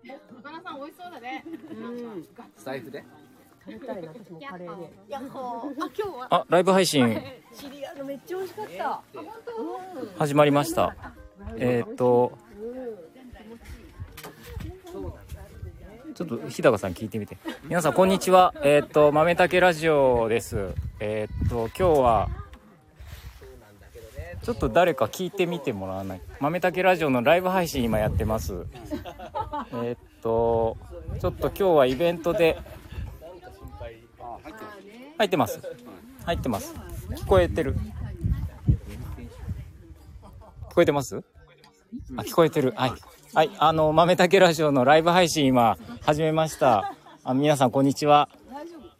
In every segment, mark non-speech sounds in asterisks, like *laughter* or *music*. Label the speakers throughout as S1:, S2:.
S1: 美味しそうだね。
S2: うん
S3: 財布で
S2: 食べたいな私もカレーね
S1: やっほー。あ、今日は。
S4: あライブ配信
S2: シリアルめっちゃ美味しかった
S4: 始まりましたえーっとちょっと日高さん聞いてみて皆さんこんにちはえーっと豆たけラジオですえーっと今日はちょっと誰か聞いてみてもらわない豆たけラジオのライブ配信今やってますえーっとちょっと今日はイベントで入ってます入ってます聞こえてる聞こえてますあ聞こえてるはいはいあの豆たけラジオのライブ配信今始めましたあ皆さんこんにちは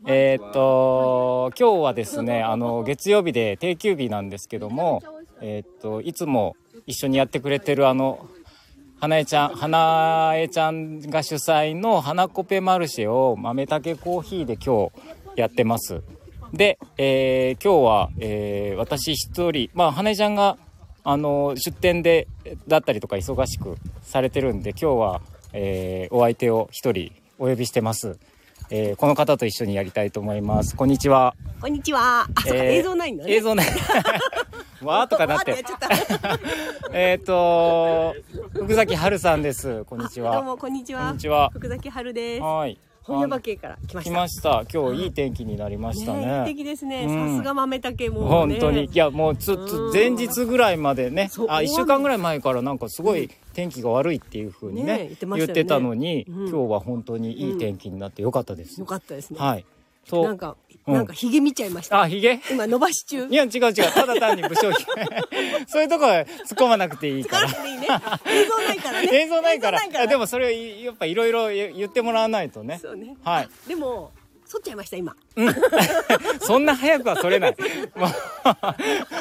S4: えーっと今日はですねあの月曜日で定休日なんですけどもえーっといつも一緒にやってくれてるあの花江ちゃん花江ちゃんが主催の花コペマルシェを豆たけコーヒーで今日やってますで、えー今日は、えー私一人まあ花江ちゃんがあの出店でだったりとか忙しくされてるんで今日は、えーお相手を一人お呼びしてます、えーこの方と一緒にやりたいと思いますこんにちは、
S2: こんにちはあ、そっか
S4: えー
S2: 映像ないんだね
S4: 映像ない *laughs* わーとかな
S2: *laughs*
S4: って
S2: わーちょっと
S4: *laughs* えっと福崎春さんですこんにち
S2: どう
S4: は
S2: もこんにち
S4: こん
S2: は
S4: にちは
S2: 福崎春です
S4: はい
S2: 本屋馬系から来まし
S4: 来
S2: た
S4: ました今日いい天気になりましたね
S2: ねえ素敵ですね
S4: うん
S2: さすが豆竹も
S4: 本
S2: ね
S4: 当にいやもうちょっ
S2: う
S4: と
S2: ん
S4: 前日ぐらいまでね
S2: そう
S4: あ1週間ぐらい前からなんかすごい天気が悪いっていう風に
S2: ね
S4: ね
S2: 言ってま
S4: 言
S2: した
S4: っ
S2: よね
S4: てたのに
S2: うん
S4: 今日は本当にいい天気になってよかったです
S2: よかったですね
S4: はい
S2: な
S4: と
S2: んか
S4: うん
S2: なんかひげ見ちゃいました
S4: あひげ
S2: 今伸ばし中
S4: いや違う違うただ単に武将ひげ *laughs* そういうとこは突っ込まなくていいか
S2: かららでいいね映像ない *laughs* からね
S4: *laughs* 映像ないから
S2: 映像
S4: いやでもそれいやっぱいろいろ言ってもらわないとね
S2: そうね
S4: はい
S2: でも剃っちゃいました今
S4: そんな早くはそれない。 *laughs* も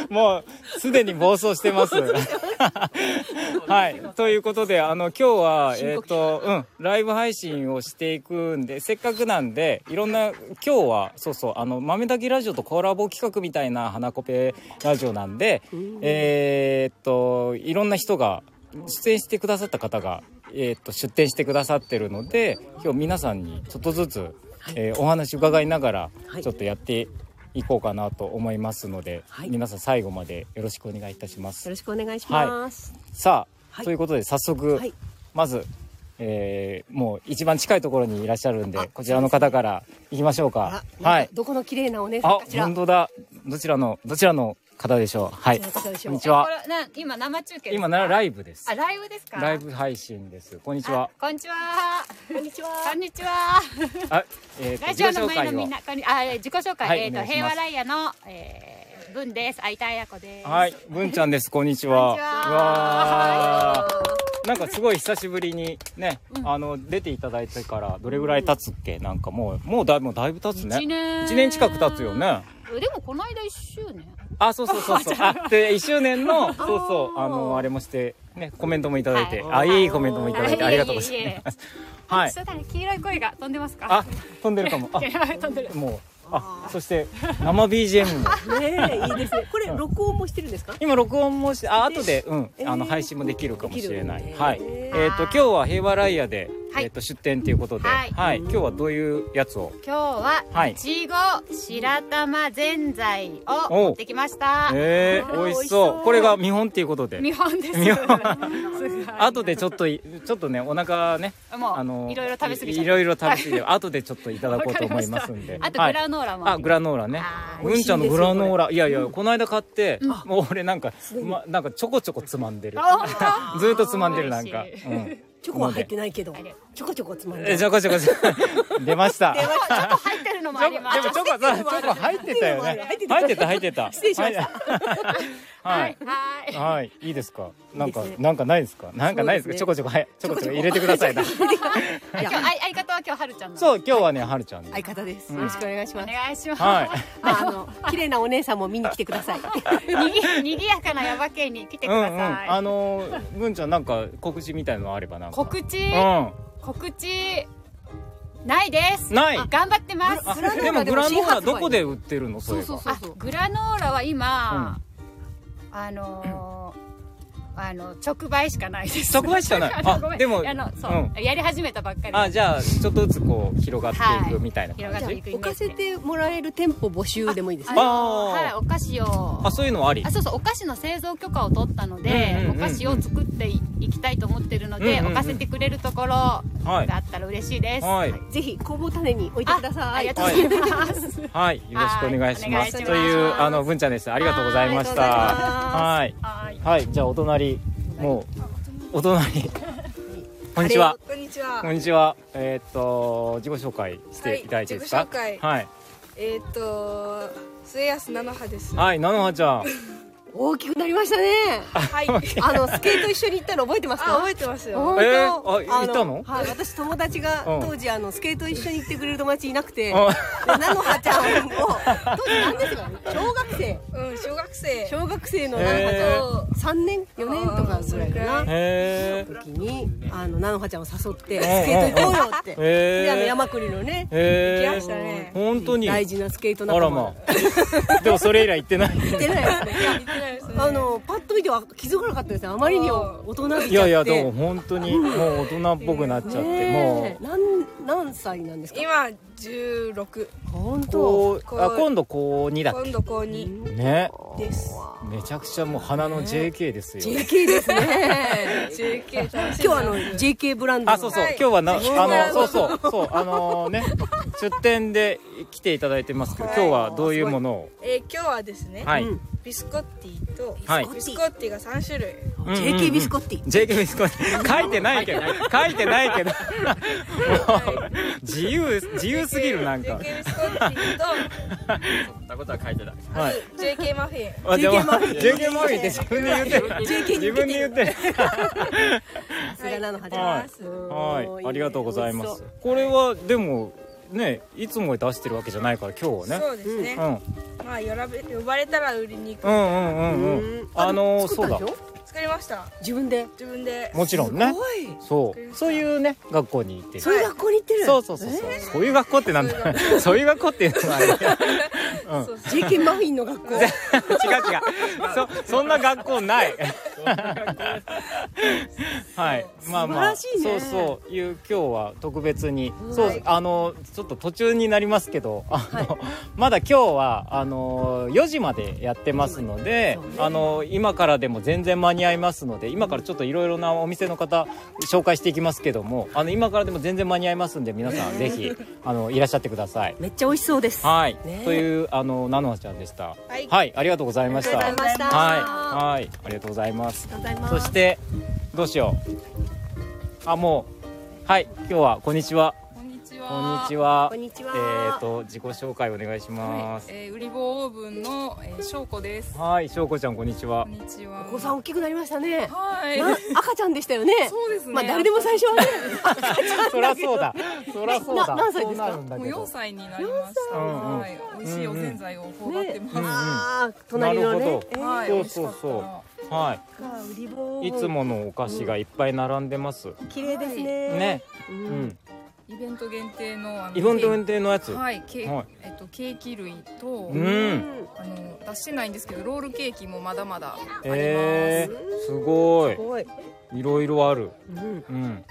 S4: う、もうすでに暴走して
S2: *laughs*
S4: ます。はい。ということで、あの、今日は、えっ、と、うん、ライブ配信をしていくんで、せっかくなんで、いろんな、今日は、そうそう、あの、豆だけラジオとコラボ企画みたいな花コペラジオなんで、えっと、いろんな人が、出演してくださった方が、えっと出店してくださってるので今日皆さんにちょっとずつ、えーお話伺いながら
S2: はい
S4: ちょっとやっていこうかなと思いますので、
S2: はい
S4: 皆さん最後までよろしくお願いいたしま
S2: よ
S4: す
S2: ろ。しくお願いします
S4: さあ、
S2: はい
S4: ということで早速、
S2: はい
S4: まず、えーもう一番近いところにいらっしゃるん
S2: あ
S4: でこちらの方から行きましょう
S2: あ
S4: か。
S2: な
S4: は
S2: ん
S4: い
S2: か。どこの綺麗なお姉さん
S4: あ
S2: かしら
S4: 本当だ。どちらのどちらの方でしょう。はい。
S2: どちらの方でしょう
S4: こんにち
S1: えこ
S4: は。
S1: れな今生中継ですか。
S4: 今ならライブです
S1: あ。ライブですか。
S4: ライブ配信です。こんにち
S1: あ。
S4: は。
S1: こんにちは。
S2: こんにちは
S1: こんに
S4: *laughs*
S1: ちは。
S4: あ、えーと
S1: ラ
S4: 自己
S1: ジオ
S4: 紹
S1: の前
S4: 介
S1: のみ
S4: を
S1: ん。なこんにあえー自己紹介、
S4: はい
S1: えっ、
S4: お
S1: と
S4: 願いし
S1: 平
S4: ます
S1: 和ライヤの、えー、文です。相田彩子です。
S4: はい、文ちゃんです。こんにちは。
S1: こんにちは
S4: わーなんかすごい久しぶりにね、あの出ていただいてからどれぐらい経つっけ？なんかもうもうだいぶだいぶ経つね。
S1: 一年
S4: 一年近く経つよね。
S1: え。でもこの間一周年。
S4: あ、そうそうそうそう。あ、で一周年のそうそうあのあれもしてねコメントもいただいて、
S1: はい
S4: あいいコメントもいただいて
S1: は
S4: あ
S1: い
S4: りがとうございます。はい
S1: そ。うだね黄色い声が飛んでますか。
S4: あ、飛んでるかも。あ、
S1: 飛んでる。
S4: もうあ、そして生 BGM も。
S2: ねえいいですねこれ録音もしてるんですか
S4: 今録音もしてあ後でうん、
S2: えー
S4: あの配信もできるかもしれない、
S2: できるね
S4: はい
S2: え
S4: えっ、と今日は平和ライヤで、
S1: はい
S4: えっと出店ということでは、
S1: はいい
S4: 今日はどういうやつを
S1: *laughs* 今日
S4: は
S1: はいいちご白玉ぜんざいを
S4: おう
S1: 持ってきました。
S4: え
S2: あー
S4: ー、美味し
S2: 美味し
S4: そ
S2: そうう
S4: これが見本ということで
S1: 見本 *laughs* です。
S4: 見本
S1: すごい
S4: 後でちょっといちょっとねお腹ね
S1: もういろいろ食べ過ぎちゃ
S4: い
S1: った
S4: ろいろ食べ過ぎて後でちょっといただこうと思いますんで
S1: わかりましたあとグラノーラも
S4: あグラノーラね
S1: あー
S4: うんちゃんの
S2: 美味しいんです
S4: グ
S2: よ
S4: ラノーラいやいやこの間買って、もう俺なんか、ま、なんかちょこちょこつまんでる
S1: あ本当。
S4: ずっとつまんでるなんか、
S1: 美味し
S4: うん、
S2: チョコは入ってないけど
S1: れ
S2: ちょこちょこつまんで
S4: えちょこちょこちょこ *laughs* 出ました。
S1: ちょっと入ってるのも
S4: ち
S1: あ
S4: ょ
S1: り
S4: でも
S1: ます。
S4: チョコはそうチョコ入ってたよね。入ってた入ってた。失礼しました。は
S1: はいい。はい。
S4: はい、いいですか。なんか
S2: いいですね
S4: なんかないですか。なんかないです
S2: そうです
S4: か。
S2: ね
S4: ちょこちょこはいちょこちょこ入れてくださいな。
S1: あ今日あい相方は今日はるちゃんなの。
S4: そう今日はねはるちゃんで。
S2: 相方ですよろしくお願いし
S1: お
S2: ます
S1: 願いします。 *laughs*
S4: はい
S2: まああの綺麗なお姉さんも見に来てください
S1: にぎ *laughs* にぎやかなヤバ系に来てく
S4: うんうん。
S1: ださい。
S4: あのー文ちゃんなんか告知みたいのあればなんか。
S1: 告知、
S4: うん。
S1: 告知ないです。
S4: ない
S1: 頑張ってます。
S4: あ
S2: グラノーラ
S4: でも
S2: で
S4: グ
S2: も
S4: ラノー
S2: 新発
S4: ラ
S2: 売
S4: どこで売ってるのそ
S2: そう
S4: いうえ
S2: そう
S4: ば。
S2: そう
S1: あ
S2: そう
S1: グラノーラは今、あのーあの直売しかないです
S4: 直売しか
S1: *laughs*
S4: ない
S1: あの
S4: あ
S1: ごめん
S4: でも
S1: あのそう、やり始めたばっかり
S4: あじゃあちょっとずつこう広がっていくみたいな
S1: 広
S4: 感
S1: が
S4: じ、
S2: じ
S1: っ
S2: ゃ
S1: ていくイメージ
S2: あ置かせてもらえる店舗募集でもいいです
S1: あ
S2: ね
S1: の
S4: あー
S1: はいお菓子を
S4: あそういうのはあり
S1: あそうそうお菓子の製造許可を取ったので、
S4: うんうんうんうん
S1: お菓子を作っていきたいと思ってるので、
S4: うんうんうん
S1: 置かせてくれるところが
S4: はい
S1: あったら嬉しいです、
S4: はい
S2: ぜひ工房種に置いて
S1: あ
S2: くださ
S1: あ
S2: い
S1: りがとうございます、
S4: はいよろしくお願いします
S1: はいお願いします
S4: というあの文ちゃんでしたありがとうございました
S2: はいありがとうご
S4: はい
S2: ざいます
S1: はい
S4: はいじゃあお隣もうお隣こんにちは
S3: こんにちは
S4: こん。にちはえーっと自己紹介していただいていいですか
S3: はい自己紹介
S4: はい
S3: えっ、と末安菜の葉です。
S4: はい菜の葉ちゃん
S2: 大きくなりましたね
S3: はい。
S2: あのスケート一緒に行ったの覚えてます
S3: あ
S2: か
S3: 覚えてますよ。
S2: 本当、
S4: えーあ
S2: あ
S4: 行ったの
S2: はい、私友達が
S4: うん
S2: 当時あのスケート一緒に行ってくれる友達いなく
S4: う
S2: て、で
S4: ん
S2: 菜の葉ちゃんを当時何ですかね小学生
S3: うん小学生。
S2: 小学生の菜の葉ちゃんを3年4年とかぐらいかな
S4: へ
S2: 時にあの菜の葉ちゃんを誘ってスケート行こうよって、
S4: へー
S2: であの山栗のね、
S4: え
S3: 行きましたね
S4: 本当に
S2: 大事なスケート
S4: あら
S2: 仲間
S4: まあ *laughs* でもそれ以来行ってない
S2: *laughs* 行ってないですね
S3: 行ってないですね
S2: あのパッと見ては気づかなかったですねあまりにも大人びちゃって
S4: いやいやでも本当にもう大人っぽくなっちゃって
S2: ね
S4: も
S2: えなん何歳なんですか
S3: 今十六。
S2: 本
S4: う
S2: 当
S4: こうあ今度高2だっ
S3: 今度
S4: *laughs*
S3: 高二
S4: けね
S3: です。
S4: めちゃくちゃもう花の JK ですよ
S2: JK ですね
S3: JK 楽しい
S2: 今日
S3: な。
S2: あの JK ブランドの
S4: あそうそう
S3: はい
S4: 今日はなあ
S3: は
S4: の
S3: い
S4: そうそうそうあのね出店で来ていただいてますけど
S3: は
S4: 今
S3: い
S4: 日はどういうものを
S3: えー今日はですね、
S4: はい
S2: うん
S3: ビスコッティと、
S4: はい
S3: ビスコッティが三種類。
S4: うんうんうん
S2: JK ビスコッティ
S4: JK ビスコット書いてないけど書いてないけどもう *laughs* 自由自由すぎるなんか
S3: JK ビスコッティと
S5: ったことは書いてない。
S4: はい
S3: JK マフィン。
S4: あでも
S2: JK
S4: *laughs*
S2: マフィン
S4: JK マフィンって自分で言ってる
S2: JK
S4: 自分で言ってる
S2: さすが菜の葉ちゃん
S4: はい
S3: す
S4: はい、ありがとうございま
S2: 美味し
S4: す
S2: そう。
S4: これはでもね、いつも出してるわけじゃないから今日はね。
S3: そうですね。まあ呼ばれ呼ばれたら売りに
S4: う
S3: 行く。
S4: んうんうんうんう
S2: うん
S4: ん。あの
S2: 作
S4: そ
S2: っ
S4: うだ
S2: たでし。ょ
S3: 作りました。
S2: 自分で
S3: 自分で。
S4: もちろんね。
S2: い
S4: そ
S3: 作りま
S4: う。
S3: した
S4: そういうね学校に行ってる。
S2: そういう学校に行ってる
S4: そうそうそうそう。そういう学校ってなんだ。 *laughs* そういう学校っていうのはあれうん。
S3: そうそう
S2: JK マフィンの学校
S4: 違う違う。そそんな学校ない。はい。まあまあ。
S2: 素晴らしいね
S4: そうそう。いう今日は特別に。
S2: ん
S4: そうあのちょっと途中になりますけど、あの、まだ今日はあの4時までやってますので、あの今からでも全然間に合いますので、今からちょっといろいろなお店の方紹介していきますけども、あの今からでも全然間に合いますんで皆さんぜひあのいらっしゃってください。
S2: めっちゃ美味しそうです
S4: はい、
S2: ね
S4: というあのナノハちゃんでした。
S3: はい
S4: ありがとうございました。
S2: ありがとうございました
S4: はい、はい、ありがとうございます。
S2: ありがとうござい
S4: そしてどうしよう。あ、もうはい、今日はこんにちは。
S6: こんにち
S4: こん
S6: は。
S4: にちは。
S2: こんにちは
S4: えっ、と自己紹介お願いしま
S6: は
S4: す
S6: い、。えー、ウリボーオーブンの、えー、しょうこです。
S4: はい、しょうこちゃんこんにちは
S6: こ
S2: *laughs*
S6: ん。にちは。
S2: お子さん大きくなりましたね
S6: はい。
S2: な赤ちゃんでしたよね
S6: そうですね
S2: まあ誰でも最初はね
S4: そりゃそうだ。そりゃそうだ。
S2: な何歳です
S4: そ
S2: か
S4: うなるんだ
S6: もう
S4: けど
S6: 4。歳になりました。
S4: うんうん
S6: はい、美味しいおぜんざいを頬張ってます。
S4: うん
S2: あー隣の
S4: なる
S2: ね
S4: ほど
S2: えー
S6: はい、
S4: そ
S6: 美
S4: う
S6: 味し
S4: そ
S6: か
S4: う
S6: った
S4: そ
S6: な。
S4: う。は
S2: かウリボー
S4: い。いつものお菓子がいっぱい並んでます。
S2: 綺麗ですね
S4: ね。
S2: う
S4: うんん。
S6: イベント限定のあの
S4: イベント
S6: ケー
S4: 限定のや
S6: キ
S4: つ。
S6: はい、ケー
S4: はい
S6: えっとケーキ類と、
S4: うん
S6: あの出してないんですけどロールケーキもまだまだあります。
S4: えー、すごい
S2: す。ごい
S4: いろいろある。
S2: うん
S4: うん。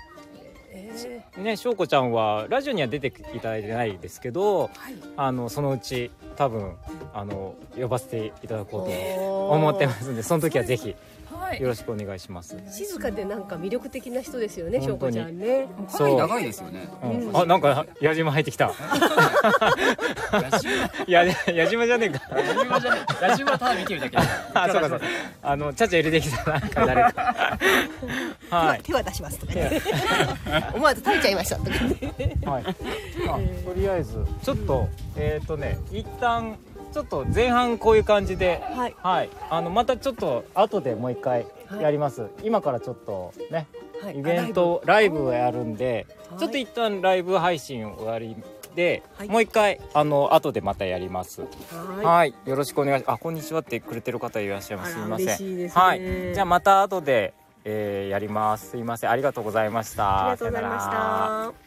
S2: え
S4: ね、しょうこちゃんはラジオには出ていただいてないですけど、あのそのうち多分あの呼ばせていただこうと思ってますんで、その時はぜひ
S6: はい。
S4: よろしくお願いします。
S2: ー静かでなんか魅力的な人ですよねしょ
S4: 本
S2: う
S4: 当
S2: こ
S4: に
S2: ちゃんね
S5: もうかなり長いですよね。
S4: うん、あ、なんか矢島入ってき *laughs* た。や矢島じゃね *laughs* えか。
S5: ラジオじゃねラジオはただ見てるだけだから。
S4: あ、そうかそうか。あのちゃちゃ入れてきたなんか誰か。はい。
S2: 手は出しますとかね思わず垂れちゃいましたとかね
S4: はい、あとりあえずちょっとえっ、とね一旦ちょっと前半こういう感じでは
S2: はい
S4: あのまたちょっと後でもう一回やります、今からちょっとね
S2: はい
S4: イベントライブをやるんで
S2: はい
S4: ちょっと一旦ライブ配信終わりで、
S2: はい
S4: もう一回あの後でまたやりますはい、
S2: は
S4: よろしくお願いしあこんにちはってくれてる方いらっしゃいます
S2: あ
S4: す
S2: ら
S4: いません
S2: 嬉しいですね
S4: はいじゃあまた後で、えーやりますすいませんありがとうございました
S2: いありがとうございまし
S4: さよなら
S2: た